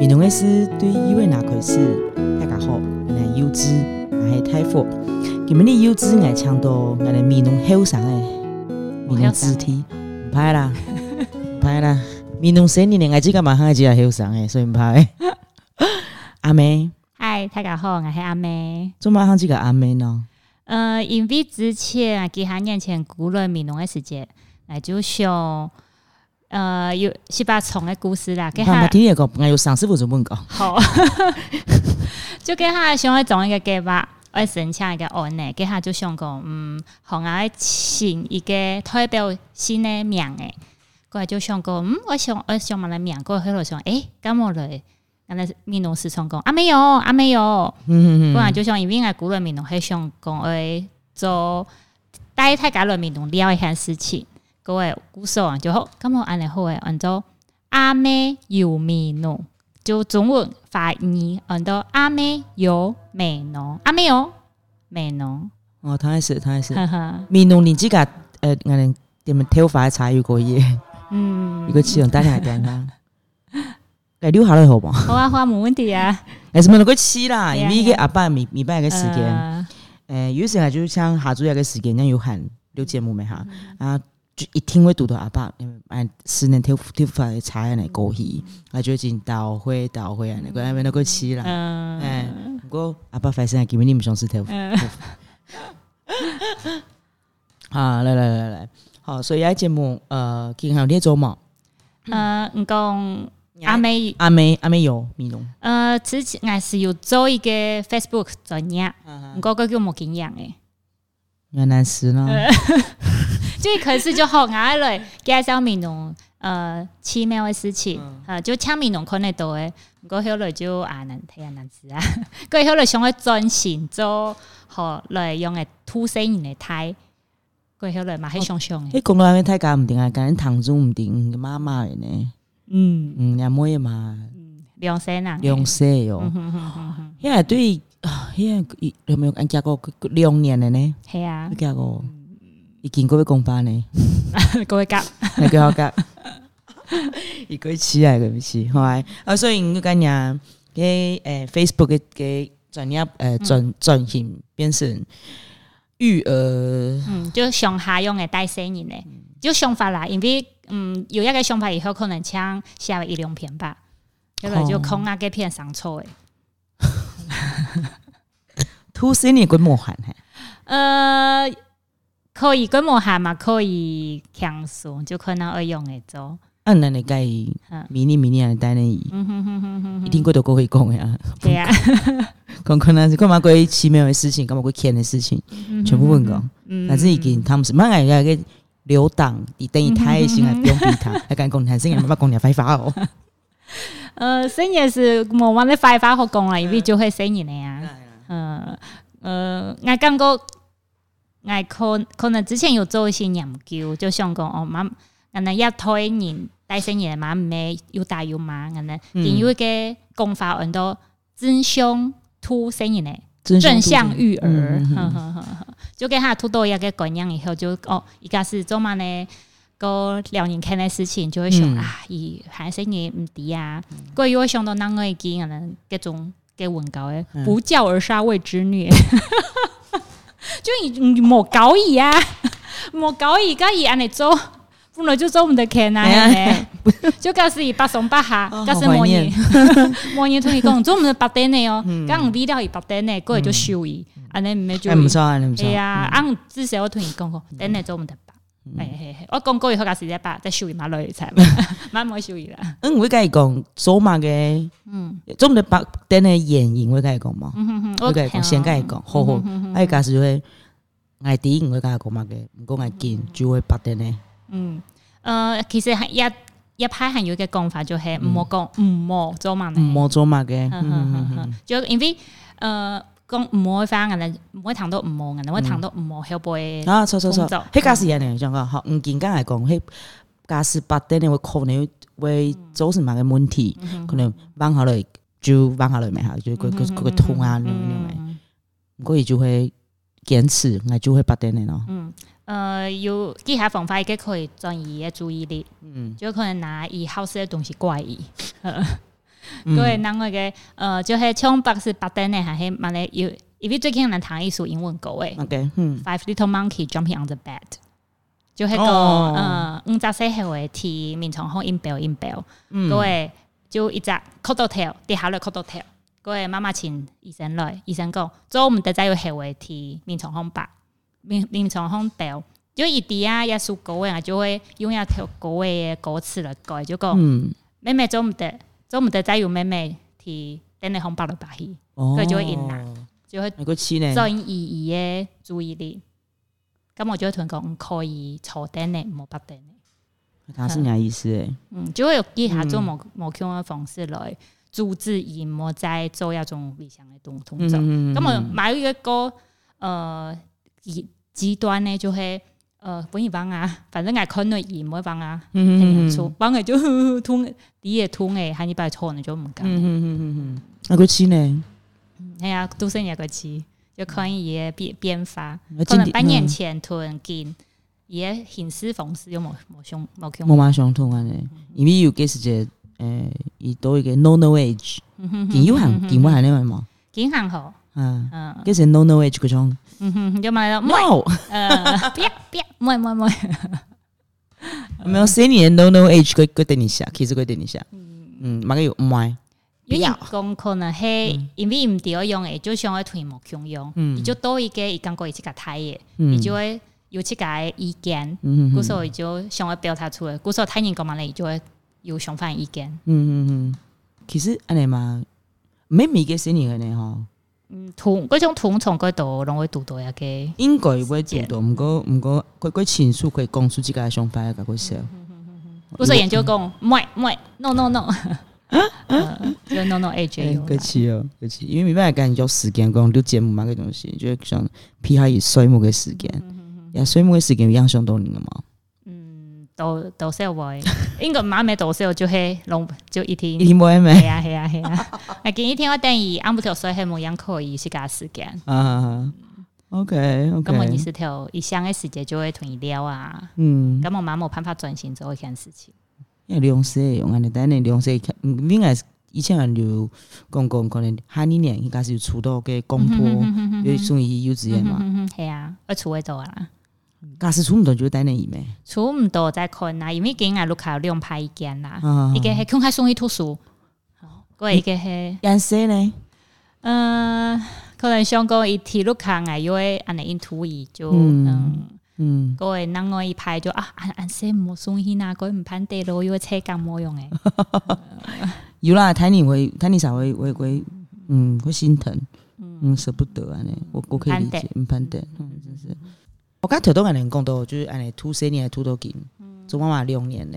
运动的师对医院那开始，大家好，我是优子，我是泰福。今日优子爱唱到我的面容后生诶，面容肢体，唔拍啦，唔拍啦。面容生你连爱只干嘛？还只系后生诶，所以唔拍。阿妹，嗨，大家好，我是阿妹。做嘛喊这个阿妹呢？呃，因为之前啊，几下年前古论闽南的时节，来就想，呃，有十八虫的故事啦，给爸爸他听你讲，我有上师傅就问讲，好， 就给他想要总一个计划，我申请一个案呢，给他就想讲，嗯，好我请一个代表新的名诶，过来就想讲，嗯，我想我想嘛来名，过后来想，诶、干么嘞？那闽南时常讲，啊没有，啊没有。嗯不然就像因为古人闽南很想讲诶，做带太家人闽南了一项事情，各位古时候就好，咁我安尼好诶，按照阿妹有闽南，就中文翻译按照阿妹有闽南，阿妹有闽南，嗯，哦，他也是，他也是。呵呵，面容连这个呃，我们点们头发差有个嘢，嗯有，个气用单下单 啦。该留下来好不好？好啊好啊，冇问题啊，还是没那个期啦，对啊因为一个阿爸米米拜个时间，呃，诶，有时候就像下主要个时间，人有喊录节目没哈，嗯啊，就一定会读到阿爸，按十年头头发的差安尼过去，嗯啊，就真倒灰倒灰安尼，啊个那边那个期啦，哎嗯，不过阿爸发生，基本你唔想是头发。 嗯，啊，来来来来，好，所以啊节目呃，今天有咧做嘛，呃，唔讲阿妹。阿妹阿妹有米龙，呃，之前我是有做一个 Facebook 专业，不过个叫冇经验诶。原来是呢，嗯就一开始就好眼来介绍闽南呃奇妙的事情，呃就请闽南看得到的，不过后来就啊难听啊难字啊，过后来想要转型做好来用的土生人的胎，过后来嘛还想想的，你讲到阿妹太假唔定啊，讲唐宗唔定妈妈的呢，嗯，嗯，阿妹嘛，两生人的，两岁哟嗯，哼哼哼哼，现在对，啊现在有没有按加过两年的呢？系啊，加过，已经过要公班呢，各位甲， 那个好 加，一个起来个不起，好啊，啊，所以你讲呀，给诶呃 Facebook 给转业诶转嗯转型变成育儿。嗯，就上下用的带生人的，就想法啦，因为嗯有一个想法以后可能请下一两篇吧，后来就哦空啊个片上错的。土生你个莫啊喊嘿，呃，可以跟摩下嘛，可以强速，就可能会用的做。啊，那你该迷你迷你安带呢，嗯哼哼哼哼一哼，定过都过会讲呀，对啊，讲可能是干嘛过奇妙的事情，干嘛过甜的事情，全部问讲，嗯但是已经他们是蛮爱个留档，你等于太心啊，不用逼他，嗯还敢讲男生也没法讲你非法哦。呃，生意是冇乜咩快法好讲啦，因为就会生意的呀。嗯呃，我感觉我可可能之前有做一些研究，就想讲哦，妈，可能一胎人带生意妈咪要大要妈，可能因为个讲法很多真相突生意的。 正向育儿，嗯嗯嗯呵呵呵呵就给他吐到一个观念以后就，哦，一家是做嘛呢？个两年看的事情就会想、嗯啊，伊还是你唔敌啊，过又会想到那个已经可能各种嘅文稿诶，嗯不教而杀谓之虐， 就你莫搞伊啊， 莫搞伊，甲伊安尼做，本来就做唔得看啊，哎呀嘿嘿就告诉伊八松八下哦，告诉好怀莫念伊。莫言同伊讲，做毋是白底内哦，讲味了伊白底内，过来就收伊，安尼毋免注哎，唔意。错啊，唔错哎。呀，俺至少我同伊讲过，顶内做毋得白。哎嘿嘿，我讲过以后，假是一白，再收伊马落去才，蛮冇收伊啦。嗯，我甲伊讲做嘛个，嗯，做唔得白等的演员，我甲伊讲嘛，嗯哼哦嗯哼我甲伊讲先甲伊讲，好好，哎，假使会。爱第一，我甲伊讲嘛个，唔讲爱见，就会白的呢。嗯，呃，其实一一派还有一个讲法，就系毋好讲，毋好做嘛唔呢。莫做嘛个，嗯哼嗯哼嗯哼嗯哼就因为呃讲毋好翻，人唔会谈到毋好，人会谈到毋好后背。啊，错错错工作，迄家是安尼，像讲吼，唔健康来讲，迄家是八点你会可能会造成某个问题，嗯可能放下来就放下来咪下，就嗰嗰嗰个痛啊，嗯另外另外，不过伊就会坚持，我就会八点你咯。呃，有几下方法嘅可以转移嘅注意力，嗯，就可能拿以好吃的东西怪伊，嗯对，然后个呃，就是像博士白登的，还是马来有，因为最近人谈一首英文歌诶，OK，嗯， 《Five Little Monkey Jumping on the Bed》，就迄个哦呃，五十四岁的天，面床好 in bell in bell，嗯各位就一只 c o t t tail，跌下来 c o t t tail，各位妈妈请医生来，医生讲，做我们得再有后的天，面床好白，面面床好 bell。就一滴啊，也属狗啊，就会用一条狗的狗齿来改，就讲嗯，妹妹做唔得，做唔得，再有妹妹提等你红包落白去，哦佢就會贏啦就会那个七呢？造成意义嘅注意力。咁我就會同佢講，唔可以坐等你，唔好白等你。他是啥意思？诶，嗯，就會有以下做某某種嘅方式來阻止伊莫再做一種理想嘅動動作。嗯咁我買一個呃極極端呢，就係呃本意方啊，反正我看到伊莫方嗯啊，很出，幫佢就通，你也通嘅，喊你拜錯你就唔敢。嗯嗯嗯，那个七呢？哎呀，都剩一个字，就看伊个变变化那。可真能的半年前突然间，伊个显示方式又冇冇相冇相我。蛮想通安尼，因为有几时节，诶，伊多一个 no no age，金有行，金有行呢嘛，健康好，啊，嗯几时 no no age 嗰种嗯哼，就买了，莫，no，呃，别别，莫 莫莫，没有四年 no no age 佢佢等一下，其实佢等一下，嗯，马个有唔买，有人讲可能嗯系因为唔对用诶，就想要推莫相用，伊嗯就多一个伊感觉伊自己睇诶，伊嗯就会有自己的意见，嗯故嗯所以就想要表达出来，故所以睇人讲嘛咧，伊就会有相反的意见。嗯嗯，其实安尼嘛，每每个四年安尼吼。嗯，同嗰種同從嗰度，拢會讀到一個。應該會做到，毋過毋過，佢佢前述佢講出自己嘅想法，甲佢笑。不是研究嗯講，唔係唔係，no no no，呃就 no no A 哎 J 佢似哦，佢似，因為沒辦法感覺時間講，你節目嘛嘅東西，就想偏下伊水母嘅時間，嗯也水母嘅時間影響到你嘅嘛。到到時候會，應該媽咪到時候就係攏就一天。你冇咩咩係啊係啊係啊，啊今一天我等伊按不條水係冇人可以是加時間，啊？OK 咁我二 OK，是條一箱嘅時間就會同伊聊啊，嗯，咁我媽冇辦法專心做一件事情。因為兩歲用安尼，但係兩歲，應該是以前人就講講可能下年年應該是有出道嘅公托，嗯就屬於幼稚園嘛，嗯哼，係啊，我厝會做啊，假使出唔到就等你伊咩？厝唔到再看啦，因為今啊日路口有兩派意見啦。啊一，个系公开送去图书，嗰一个系，人生呢？嗯，可能想讲伊铁路卡啊，因为安尼因土伊就，嗯嗯，嗯。嗰个人我一派就啊，安安说无送去呐，嗰毋攀地咯，因为车咁冇用诶，有啦，睇你会睇你才会会会，嗯，会心疼，嗯，舍不得啊，呢，我我可以理解，嗯，判断，嗯，真是。我刚头都跟人讲到，就是安尼，吐三年，吐到紧，做妈妈两年呢。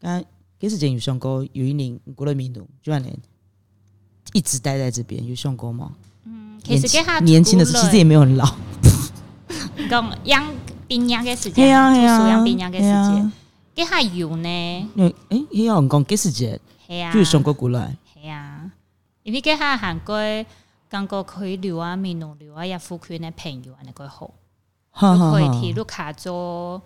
刚几时前有上过有一年过了民度，就安尼一直待在这边，有上过吗？嗯其实年给他轻年轻的时候，其实也没有很老。讲养冰洋嘅时嘿间，啊嘿图书啊养冰洋嘅嘿时间啊，给他有呢，因为诶，迄个人讲几时节，系啊就，有上过过来，系啊，因为给他韩国感觉佢留啊、面路留啊、也富群嘅朋友安尼佢好。哈就可以哈提入卡做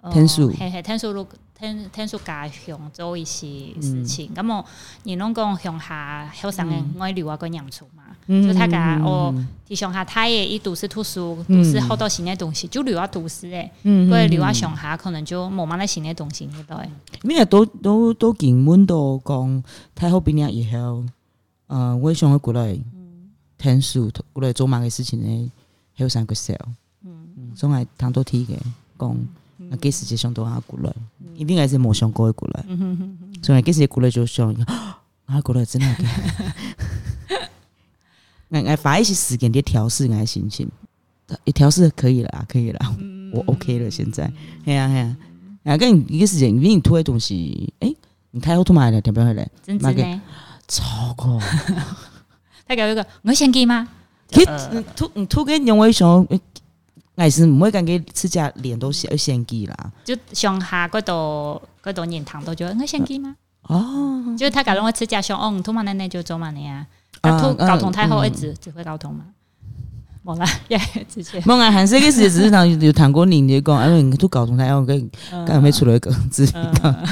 呃天数嘿嘿，天数入天天数加乡做一些事情。嗯咁我你拢讲乡下后生嘅爱留啊个念厝嘛，嗯就他讲哦，提乡下太嘅伊读是读书，读是好多新嘅东西，就留啊读书诶，嗯过留啊乡下可能就冇乜咧新嘅东西入来。咩都都都见满到讲睇好边日以后，呃，我想去过来听书，过来做埋嘅事情咧，喺上个 sell，嗯，总系谈多啲嘅，讲啊几时就想到下过来，一定系是冇想过去过来，所以几时过来就想， 啊过来真 哎系嘅，我我花一些时间去调试我的心情，也调试可以了啊，可以了，我 OK 了，现在，系啊系啊。啊，跟一个事情，因为你推的东西，诶，你开后头买的，点不回来？真真呢，超过，他讲一个我先给吗？其呃实突你突跟因为想，爱是唔会感觉自家脸都是要先记啦。就乡下嗰度嗰度人堂都就我先给吗？哦，就是他搞拢我吃家乡，哦，唔通嘛，奶奶就做嘛你啊，啊啊，通嗯交通太好，嗯一直只会交通嘛。冇啦， 也之前冇啊，韩式嘅事只是当有谈过你，你就讲，因为都搞懂他，然后跟嗯刚才没出了一个字，嗯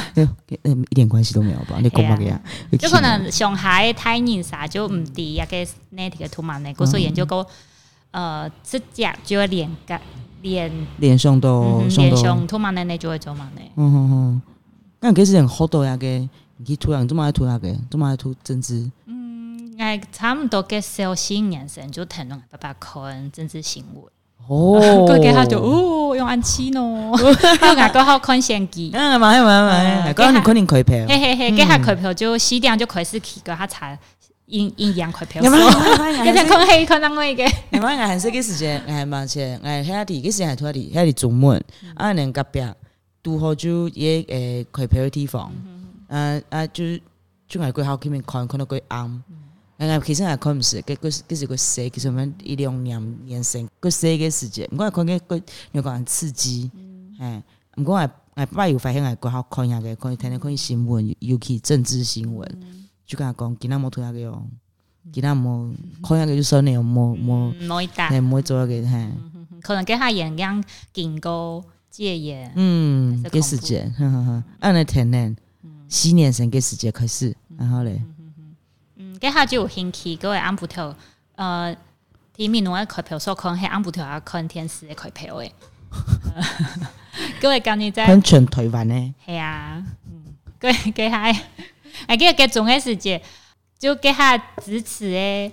嗯，一点关系都 没有吧？你讲乜嘢啊？就哎可能上海太人啥就唔知一個呢啲嘅圖文嚟，嗰所以研究講，嗯呃，即只就要連格連连上到嗯哦上連到，上圖文呢，你就會做文呢。嗯嗯嗯，那其实人好多呀嘅，你突然做乜突然嘅，做乜突政治？誒，差唔多嘅小新人生就談論爸爸看政治新聞，哦， 佢嘅下就哦用安痴咯， 用外國好看相 機。嗯，买买买，嗰人肯定佢平。嘿嘿嘿，跟下佢票就四點就開始去嗰下查陰陰 陽佢票，你 一陣睇講係可能我嘅。我系識嘅時間，係慢些，係喺啲嘅時係拖啲，喺啲中文，啊人隔壁都好就嘢誒佢譬如地方，誒啊就就係佢後面看看到佢啱，誒其實係看唔識嘅，佢佢是佢寫其實咁一兩年年成佢寫嘅時間，唔過係看嘅佢有講刺激，誒唔過係係不要發現係佢好看下嘅，可以睇睇看新聞，尤其政治新聞，就講講今仔冇睇下嘅哦，今仔冇看下嘅就算你冇冇。唔可以打系，唔会做嘅，系嗯可能跟下人樣見過戒嘢。嗯，还是嘅时间，哈哈哈，按了啊天然，十年前嘅时间开始，然后咧，嗯，跟下就有兴趣，各位安葡萄，呃，提名侬嘅开票所看系安葡萄啊，看天使嘅开票诶。各位今日在很全台湾咧，系啊，嗯，各位给下， 哎，给给总嘅时节，就给下支持诶。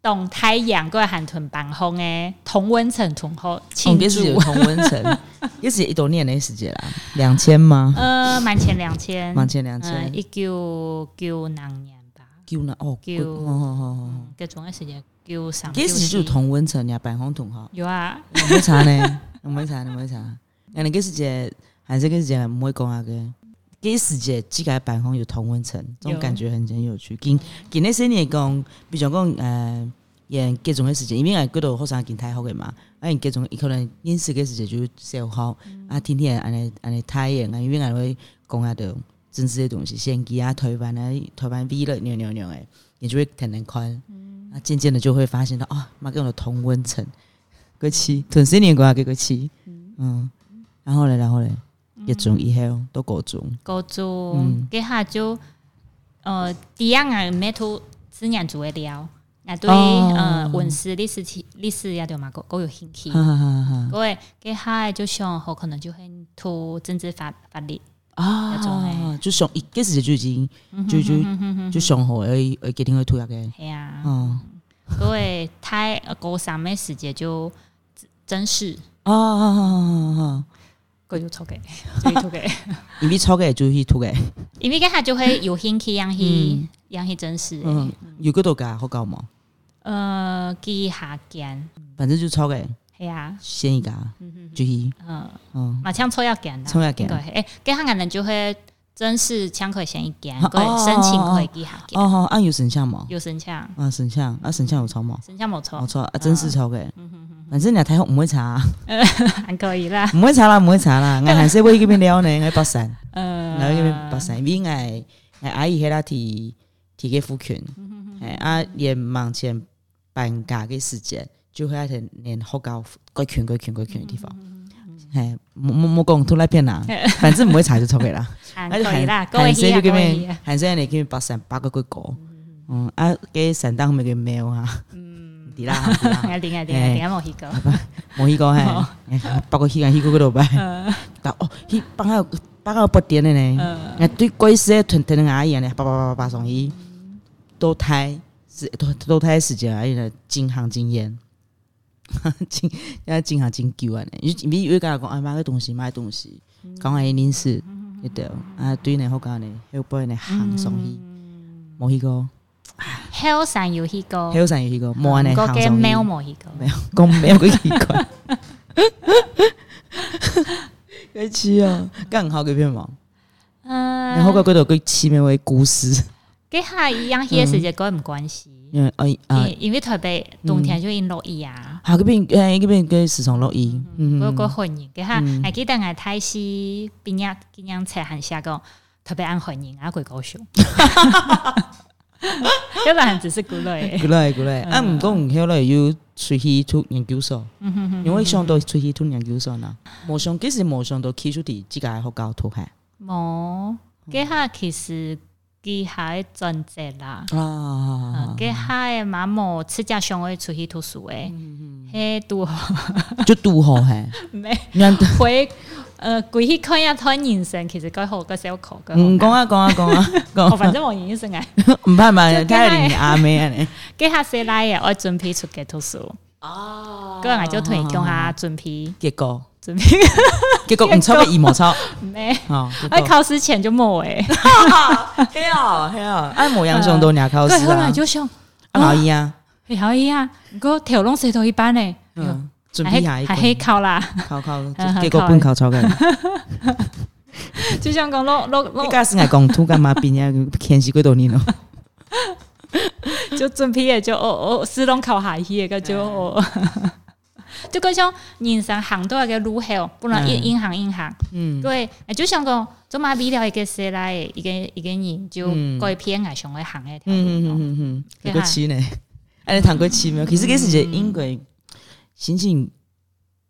懂太阳个韩屯办红诶，同温层同好庆嘅哦是有祝，同温层，也是一多年嘅时间啦，两千吗？ 呃，满千两千，万千两呃，千，一九九两年吧，九啦，哦，九哦哦哦各种的时间九哦三，嘅时就九四同温层呀，办红同学，有啊，唔会查呢，唔会查，唔会查，人哋嘅时间，韩式嘅时间唔会讲下啊嘅。嘅时节，即个办红有同温层，这种有感觉很很有趣。今今那些年讲，比如讲呃，人各种嘅时节，因为俺嗰度学生见太好嘅嘛，啊，因各种可能认识嘅时节就小好，啊，天天安尼安尼太阳，啊，因为俺会讲啊下到政治嘅东西，先机啊，台湾啊，台湾 V 了，牛牛牛诶，你就会天天看，啊，渐渐的就会发现到啊，妈跟我同温层，过去，屯四年过下过去，嗯，然后咧，然后咧，一中以后都高中。高中嗯，给下就呃，第一啊，咩都自然做会了。啊，对，哦呃，文史、历史、历史也对嘛，够够有兴趣。哈哈哈哈各位，给下就想好，可能就会图政治法法律。啊，嗯那种欸就上一开始就已经就就就上好诶诶，决定去推下嘅，系啊，哦各位太呃高三的时节就真是啊啊啊啊啊，够有错给，够有 错给。因为错嘅就去推嘅，因为给下就会有兴趣，让去让去真实。嗯，有嗰度噶好搞嘛，呃，记下见，反正就错嘅系啊，先一个就去，嗯。嗯，嘛，像抽要件啦，抽要件应该是，诶，跟香港人就会真是抢可以先一件，哦可以申请可以给下件，哦好，啊有神像嘛，有申请，啊神像啊神像有错嘛，申请冇错我，错啊真是错嘅，反正你睇学唔会 查，还可以啦，唔会查啦唔会查啦，我韩式我去嗰边了呢，我去北山，我去嗰边北呃，山，因为我阿姨喺啦提提嘅父权。嗯哎啊，也忙前搬家嘅时间，就会喺连好高规群规群规群嘅地方，嗯哎，冇冇冇讲突然骗人，反正唔会查就错嘅 啦。还啊就可以啦，韓各位韓式去啊，就各叫位去咩啊，？韓式你叫咩？八成八個嗰個，嗯啊，嘅神當咪叫喵啊， 嗯，啲啦，唔知啦啊，点啊点啊点啊，冇去过，冇去 過係，不哦過去間去過嗰度拜，但哦，去幫下幫下八點嘅呢，啊對鬼死屯屯牙醫呢，啊叭叭叭叭叭上醫，都胎是都都胎時間而已呢，經行經 驗。真，要真行真久啊！呢，因为因为甲讲啊，买个东西，买东西，讲下认识，对对啊，对呢好讲呢，还有帮呢行上去，冇去过，后山有去过还，有啥有去过，冇安尼不行过上去。嘅喵冇去过，没有，公没有个奇怪。该吃啊，更好个片嘛。然后嗯，个嗰度佢起名为故事，跟下一样，去的时节各没关系，因为哎啊，因因为台北冬天就因落雨啊。下嗰边诶嗰边嘅时常乐意，嗯嗰個韓人嘅嚇，係記得我睇是邊一邊樣車行下個特別按韓人啊，佢高手，要不然只是古類。古來古來，啊唔過唔曉咧，要出去读研究所，嗯哼哼，因為想到出去讀研究所啦，無想其實無想到起出啲自家學校讀係冇，佢下其實佢下的專職啦，啊，佢下的媽媽自家想要出去讀書的，嘿拄好就拄好係，咩？人回呃，回去看一下他人生，其實佢好個小考個，唔講啊講啊講啊我講，反正我人生哎，唔怕嘛，睇下人阿妹啊你，佢下寫來嘅，我準備出去讀書，哦個人就同伊講下準備結果準備結果唔抽嘅二毛 抽，咩？哦，我考試前就冇哎，係啊係啊，啊冇人上到廿考佢試後來啊，就想，啊老姨啊，哎可以啊，不過條龍寫到一半嘞，嗯，準備下還一還黑個考啦。考考，嗯結果半考抽嘅。就像讲落落你落，家是爱讲土干嘛变呀？天是几多年咯？就准备的就哦哦，是拢靠下去的个就哎哦， 就讲像人生行到一个路口，不能一嗯一行一行。嗯，对，就像讲做马比了一个时来的一个一个人就嗯改变爱上的行的条嗯嗯路咯。嗯嗯你嗯，看过去呢？哎，你谈过去没有？其实这是一个因为心情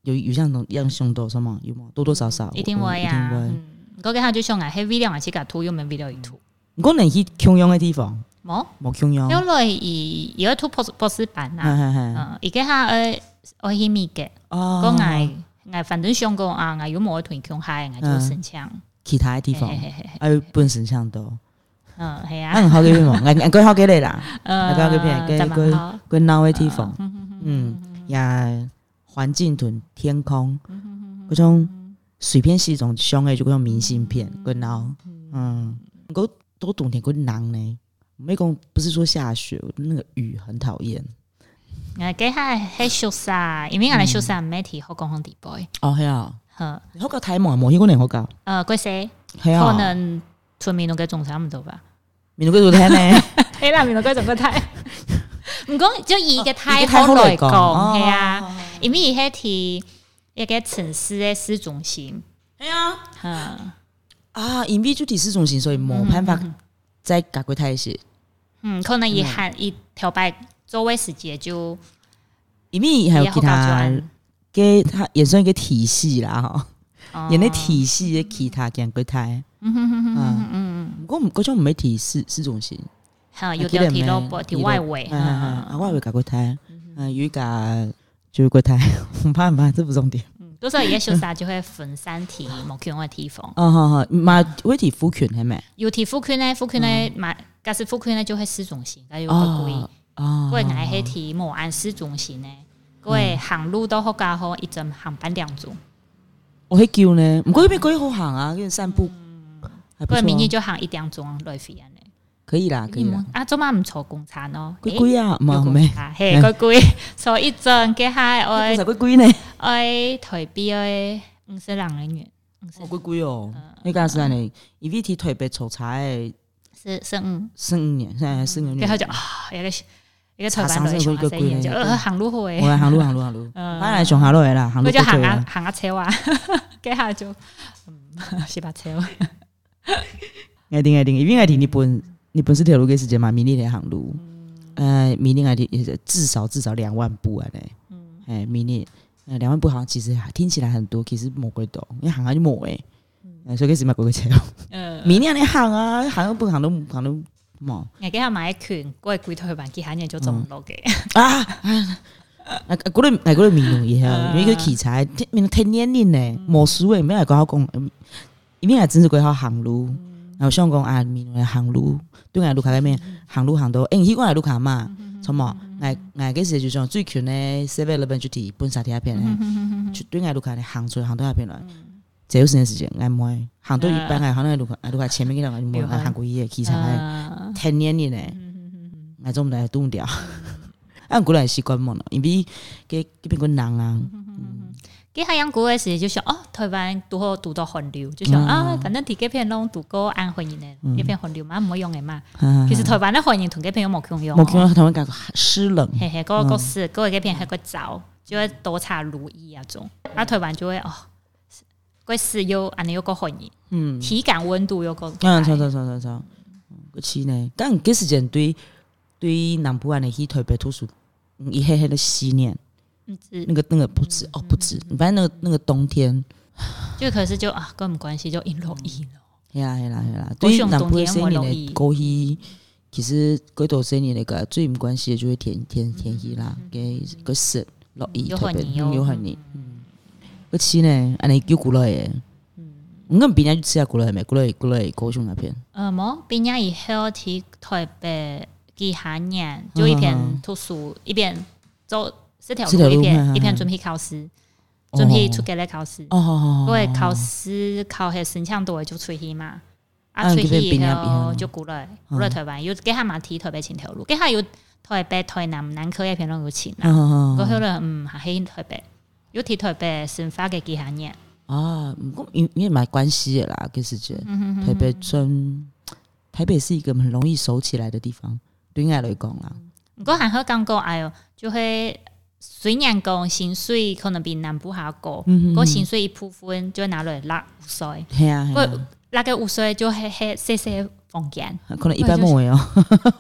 有有像种样相多什么有吗？多多少少一定会啊呀一定会。。我跟他就像啊，黑 V 量还是个图，有没 V 量一图？不过能去穷养的地方，冇，冇穷养。因为伊有一图博士博士版嗨呐，嗨嗨！嗯，而家他呃，我去咪嘅，哦我爱爱反正想讲啊，我有冇同穷嗨，我就申请。其他的地方嘿，嘿嘿嘿哎，本身上多。嗯，系啊，俺好给你 嘛，俺俺过好给你啦，呃，大家嗰邊怎嗰么好？过闹的地方，嗯嗯嗯嗯，呀，环境同天空，嗯嗰种。随便是一种凶的，就讲明信片，嗯滚闹，嗯，我都冬天滚冷呢。没讲不是说下雪，那个雨很讨厌。我记下系宿舍，因为我哋宿舍唔系提好讲好地步，哦，系啊，呵，你好搞台梦啊，冇去过你好搞，呃，嗰些系啊，可能村民同佢仲差唔多吧，闽南歌听呢，系啦，民同佢仲个太，唔讲就以嘅太伊嘅太好好来來讲，講系哦啊，因为伊系提一个城市嘅市中心，系啊，嗯 啊，因为就第市中心，所以冇办法再改过太些。嗯，可能伊喊伊头摆周围时节就因为还有也其好搞他转，给他也算一个体系啦，哈，哦演那，体系的其他讲过台，嗯哼哼哼哼嗯哼嗯，我唔嗰种啊唔系体市市中心。好，啊有有条条提提到到提提外外围，哎哎哎嗯，外围搞过胎，嗯，有一个就是过 胎，唔怕唔怕，这不重点。嗯多少一个小时就会分三题目圈的地方，哦，好好，嘛，会提浮群系咪？有题副圈呢，副圈呢嘛，但是副圈呢就会市中心，但有个贵，哦哦，贵爱黑题某按市中心呢，贵行路都好家伙，一阵行半两钟，我去叫呢，唔过那边可以好行啊，跟散步，还不贵错嗯明啊天，就行一两钟来回安尼。可以啦，可你以们啦，啊，做嘛唔坐公餐咯？贵贵啊，诶冇有咩公，餐嘿，贵贵，坐一阵，加下我我十贵贵呢，我台币诶五十人人元，五十哦贵贵哦，你讲是安嗯尼，伊为提特别出差的是是嗯。生五年，现在生五然年后，就啊，一个一个头茶板山落是上有下一個生意，貴就嘅呃行路好我诶，来行路行路行路， 嗯本来上下路的啦，行我路就行過去下啊，行下车哇， 跟下就嗯 是把车哇，爱定爱定，因为爱定日本日本是条路，给世界嘛，明年来行路。嗯呃，明年爱定至少至少两万步啊嘞。嗯，哎，明年呃两万步好像其实还听起来很多，其实魔鬼多，因为行啊就魔哎，呃所以给是买鬼鬼车。嗯，明年你行啊，行都不行都行都冇我跟下买一拳，我攰退板，跟下人就中落嘅，啊。啊，嗰类啊，嗰类面容易啊，嗯因为佢器材，面睇年龄呢，魔术诶，咩系讲好讲，因为系真是讲好行路，然后想讲啊，面容行路，对我来路卡咩，行路行到，诶，迄个系路卡嘛，从冇，我我嗰时就想最近呢，设备那边就提本沙田那边呢，就对我路卡咧行出行到那边来，这有时间时间，俺妹行到一半，俺行到路卡，路卡前面嗰两个妹，俺行过伊诶器材。嗯天然的呢，那种来冻掉。 俺过来习惯嘛，因为给给边个人啊，跟下养股嘅时就想哦，退板拄好拄到寒流，就想啊，反正提几片拢拄过按婚姻嘅，一片寒流嘛唔好用嘅嘛，嗯其实退板咧寒流同几片有冇共用我哦看。到台湾感觉湿冷，啊嘿嘿，嗰、个是嗰、个嗰片系个走，就会多查如意啊种，啊台湾就会哦，嗰是又安尼又个混音，嗯，体感温度又个，嗯，错错错错嗯错，过去呢，但这时间对对南部安的去台北图书嗯一黑黑的吸念，嗯，是那个那个不嗯止哦，不止，反正那个那个冬天，就可是就啊，跟我们关系就一落一了。嘿啦嘿啦嘿啦，我对于想南冬部的天生我意容的易高息，其实几多生意那个最没关系的就是天天天气啦，给个湿落雨又特很别黏嗯哦又很黏。嗯，个吃呢，安尼叫古来的，嗯，我们平常去吃下古来没？古来古来高雄那边，呃，冇，毕业以后去台北去下年，就一边嗯读书一边走四条这条路，一路边嗯一边嗯准备考试，准备哦出国来考试。哦好好好，因为好考试考迄申请到的就出去嘛，啊啊出去就变以槟榔槟后榔就过来，过来台湾，又给他嘛提台北前条路，给他有台北、台南、南科那边拢有请啦。好好过好后咧，嗯，还去台北，又提台北新发嘅几下年，啊，不过因因为蛮关系的啦，跟世界嗯台北村，台北是一个很容易熟起来的地方，对我来讲啦，不过还好讲过，哎哟，就会虽然讲薪水可能比南部还高，嗯个薪水一部分就拿来拉五岁，系啊，嘿不啊过那个五岁就迄迄细细的房间。可能一般梦诶哦，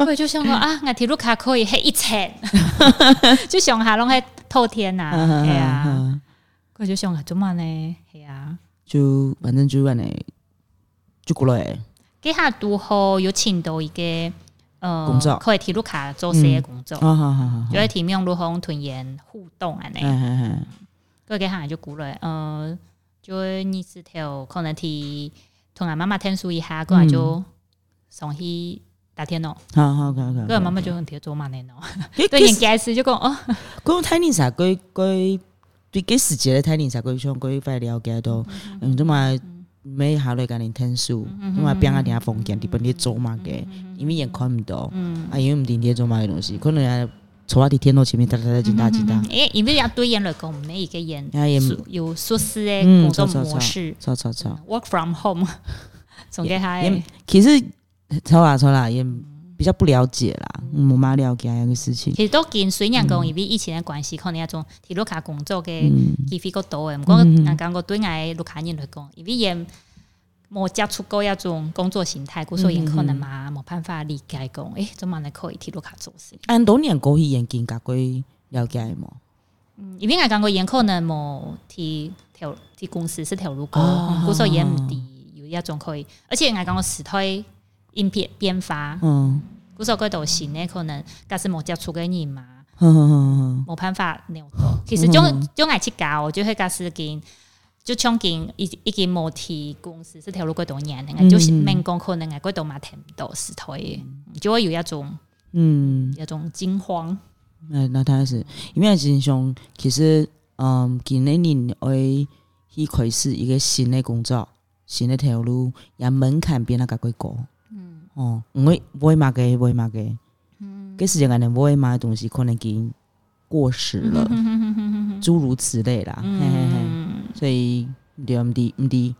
我就想讲啊，我铁路卡可以黑一层， 就想下拢黑透天呐、啊，系啊，我就想下做嘛呢，系啊，就反正就安尼，就过来，给下拄好有请到一个呃工作可以铁路卡做事的工作，啊好好好，就会提名如何团员互动安尼，哎哎哎，佮给下就鼓励，呃，就会你只条可能提同俺妈妈天数一下，过来就送去嗯打电脑，好好，看看，过来妈妈就很贴做嘛呢喏， 对对，人家是就讲哦，讲睇你啥啊佢佢对几時節咧睇你啥佢想佢快了解到，嗯，咁嘛咩考慮緊你天數，咁嘛邊個定下風景，你本地做嘛嘅，因為也看唔到，啊，因為唔定啲做嘛嘅東西，可能係坐喺啲天路前面，嗒嗒嗒，真大真大，因为嗯因为要对人来讲，每一个人啊也舒有舒适的嗯工作错错模式吵吵吵， ，work from home，总给他也其實吵啦吵啦，也比較不了解啦，嗯冇乜了解嘅事情，其实都跟虽然讲因为疫情的关系，可能那种铁路卡工作嘅嗯，机会够多的，不过嗯嗯嗯人感觉对外陆卡人来讲，因为也冇接触过那种工作形态，所以可能嘛冇办法理解讲，诶，怎么能可以铁路卡做事？按當年過去眼見甲佢了解冇，嗯因为我感觉也可能冇提条提公司是条路过，啊嗯故所以也唔低有一种可以，而且我感觉时代因变变化，嗯，故所嗰度新呢可能，假使冇接触嘅人嘛，哼哼哼哼，冇办法扭到。其实种种爱去搞，就会假使见。就像见已已经冇提公司是条路嗰度人，我就是嗯明讲可能我嗰度嘛听唔到时代的，就会有一种嗯。一种惊慌。那那他是，因为真上其实，嗯，近几年会去开始一个新的工作，新的条路，也门槛变得较贵高。嗯，哦，因为不会买个，不会买个，嗯，跟时间可能不会买的东西，可能已经过时了，诸如此类啦，嘿嘿嘿，嗯，所以对唔对唔对，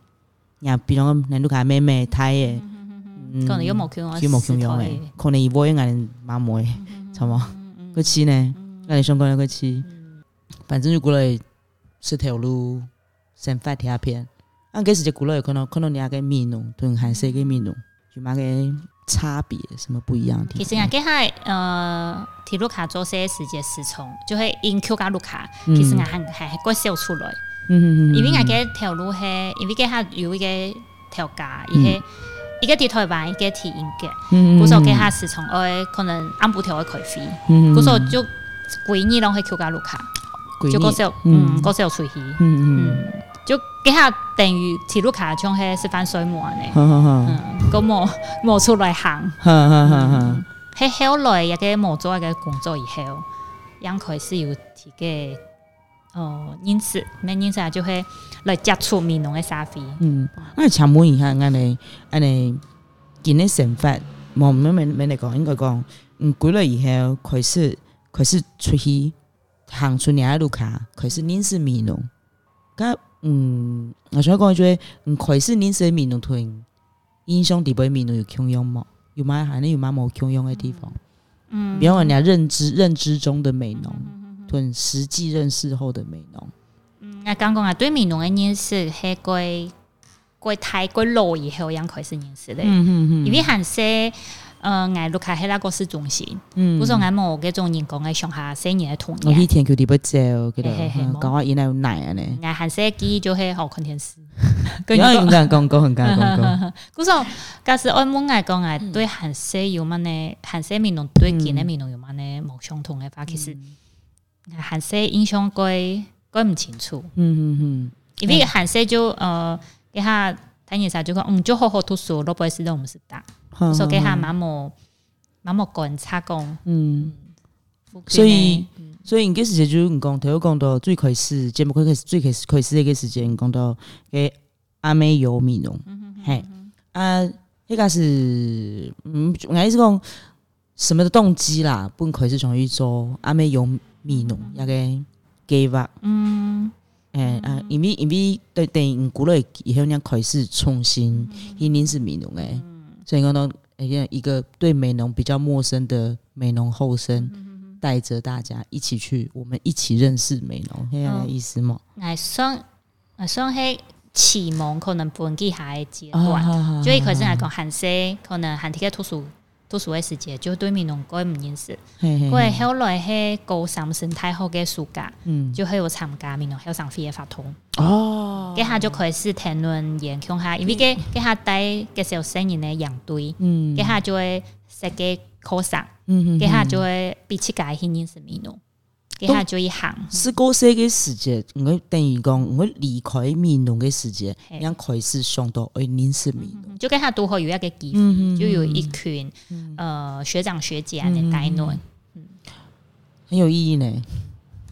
也比如讲，咱都看妹妹睇的，嗯可能有冇看我有冇时共用代诶的，可能伊买眼麻木诶，差冇。佢黐呢，我哋想讲咧佢黐，反正就过来是条路，先发贴片。啊，嗰时就过来看到看到人家嘅面容，同韩式嘅面容，有乜嘅差别，什么不一样的地其方？实啊，给他呃，铁路卡做些时间时从，就会因 Q 加路卡，嗯其实啊还还还怪笑出来，嗯，嗯嗯嗯因为啊给条路系，因为给他有一个条架，伊系一个铁台湾，一个铁英格，嗯故所给他时从爱可能按部条的开飞，嗯故所 ừ. 就几年拢系 Q 加路卡，嗯就嗯个笑，嗯嗯，个笑出去，嗯嗯，嗯，就给他等于铁路卡像系是翻水满的，好好好，嗯，个冇冇出来行。好好好好，喺後來一個模做一個工作以後，因開始有自己哦認識，咩認識啊？就係來接觸面容嘅沙啡。嗯，我請問一下，我哋我哋見你成法，冇唔咩咩嚟講，應該講，嗯，過了以後，開始開始出去行出你的路卡，開始認識面容，咁嗯，我想講就係，嗯，開始認識面容同印象底部面容有共用冇？有冇可能有冇冇共用嘅地方？嗯比方講，你認知認知中的美容，同實際認識後的美容，嗯我講講啊，對面容嘅認識係過過太過老以後，因開始認識咧。嗯嗯因為韓式呃，我落开迄那个市中心，嗯哦不是我某嗰种人讲嘅上下四年嘅童我年以，前叫嗯你不走，佢嘿嘿嘿哋冇講話原來有奶啊呢，我韩式记忆就系好看电视。有 跟你人讲，咁講過，人咁 講過。嗰种，假使按我来讲啊，嗯对韩式有乜呢？韩式面容对见嘅面容有乜呢？冇相同嘅话，其实韩式印象该该唔清楚，嗯嗯嗯嗯，因为韩式就呃，给他睇嘢就讲，嗯，就好好读书，老百姓都唔识打，好所以给，他好好蛮冇蛮冇观察讲，嗯。所所以以所以，嗰時就唔講，頭講到最開始節目開始最開始開始嘅時間，講到嘅阿妹有面容，嗯嘿，啊，呢個是嗯，我意思講什麼的動機啦，本開始想去做阿妹有面容一個計劃，嗯誒啊，因為因為對第五股類以後，人開始重新嗯去認識面容誒，所以講到誒一個對美容比較陌生的美容後嗯生。带着大家一起去，我们一起认识美容，黑哦暗的意思嘛？我想我想喺启蒙可能本地下嘅阶啊段，啊就一开始来讲韩式，可能韩铁嘅读书读书嘅时节，就对面农改唔认识，嘿嘿佢嘿系后来喺高三生态学嘅暑假，嗯，就喺有参加面农后上飞嘅法通，哦，跟下就开始谈论研究下，因为佢佢下带嘅小生人嘅养对，嗯佢下就会设计课程。嗯给他就会比起家去认识米诺，给他就一行，是过世嘅时节，我等于讲我离开美容嘅时节，嘿嗯让开始想到诶，认识美容，就给他多好有一个机会，嗯就有一群呃学长学姐啊在带嗯侬，很有意义呢。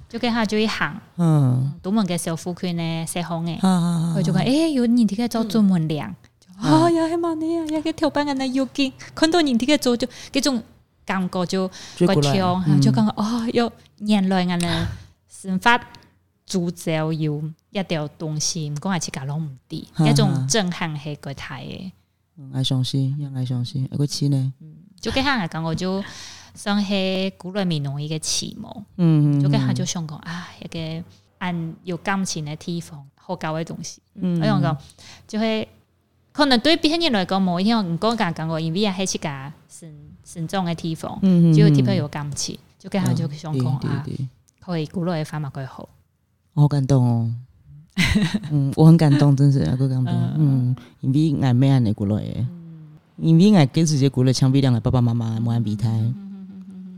就给他就一行，嗯，独门嘅小副群呢，社红诶，啊，佢就讲诶，有人哋嘅做专门量，嗯啊呀，系嘛你啊，一个跳班嘅那要紧，看到人哋嘅做就嗰种感觉就追个过来跳，嗯就感觉哦，有原来 嘅呢，想法主造要一条东西，唔讲系自家拢唔知，一种震撼系佢睇嘅。嗯爱相信，让爱相信，一个钱呢，就给他来讲，我就上去古来面容易嘅启蒙，嗯，就给他就想讲啊，一个按有感情嘅地方，好教嘅东西。嗯我想讲，就系可能对别人来讲，某一天我唔讲讲讲过，因为也系一个成成长嘅地方，嗯，嗯就特别，有感情。就给他嗯就想讲对啊，对对可以古来嘅方法佢好，我好感动哦。嗯，我很感动，真是我很感动。嗯，因为俺妹安尼过来的，因为俺跟直接过来枪毙两个爸爸妈妈，冇安备胎。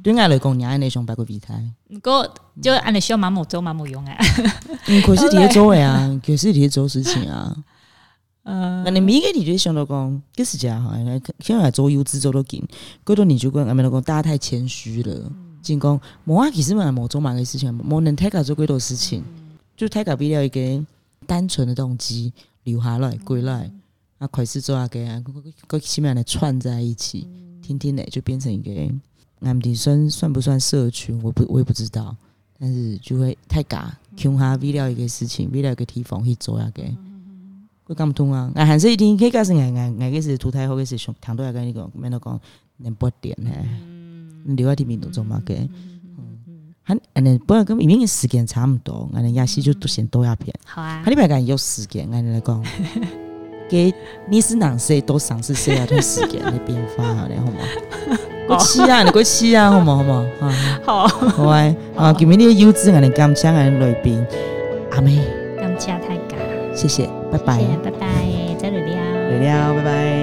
对俺来讲，伢安尼想摆个备胎。唔过就按你小盲目做盲目用啊。嗯，可是伫咧做诶啊，可是伫咧做事情啊。嗯，你每个你就想到讲，这是假哈，哎现在做优质做到紧，过多你就讲，俺们讲大家太谦虚了，进讲无啊，其实嘛无做嘛个事情，无能太搞做几多事情，就太搞比了一个单纯的动机留下来归来，啊，开始做啊个啊，各起码来串在一起，天天的就变成一个，俺们算算不算社群，我不我也不知道。但是就会太假，穷哈为了一个事情，为了一个地方去做啊个，佮讲唔通啊！俺还是一定，佮个是俺俺俺个是土太好个是上谈到一个那个，免得讲能不点呢？你留喺啲面度做嘛个？嗯，还俺哋不然咁，因为时间差唔多，俺哋也是就都先多一遍。 好啊他，礼拜讲有时间，俺来讲，给你是哪些都尝试些啊，都时间的变化好嘞，好吗？过期啊，你过期啊，好吗？好吗？啊，好，好啊，啊，今日你优质俺的感谢俺的来宾，阿妹，感谢大家，谢谢，拜拜，谢谢，拜拜，再聊聊。来了，拜拜。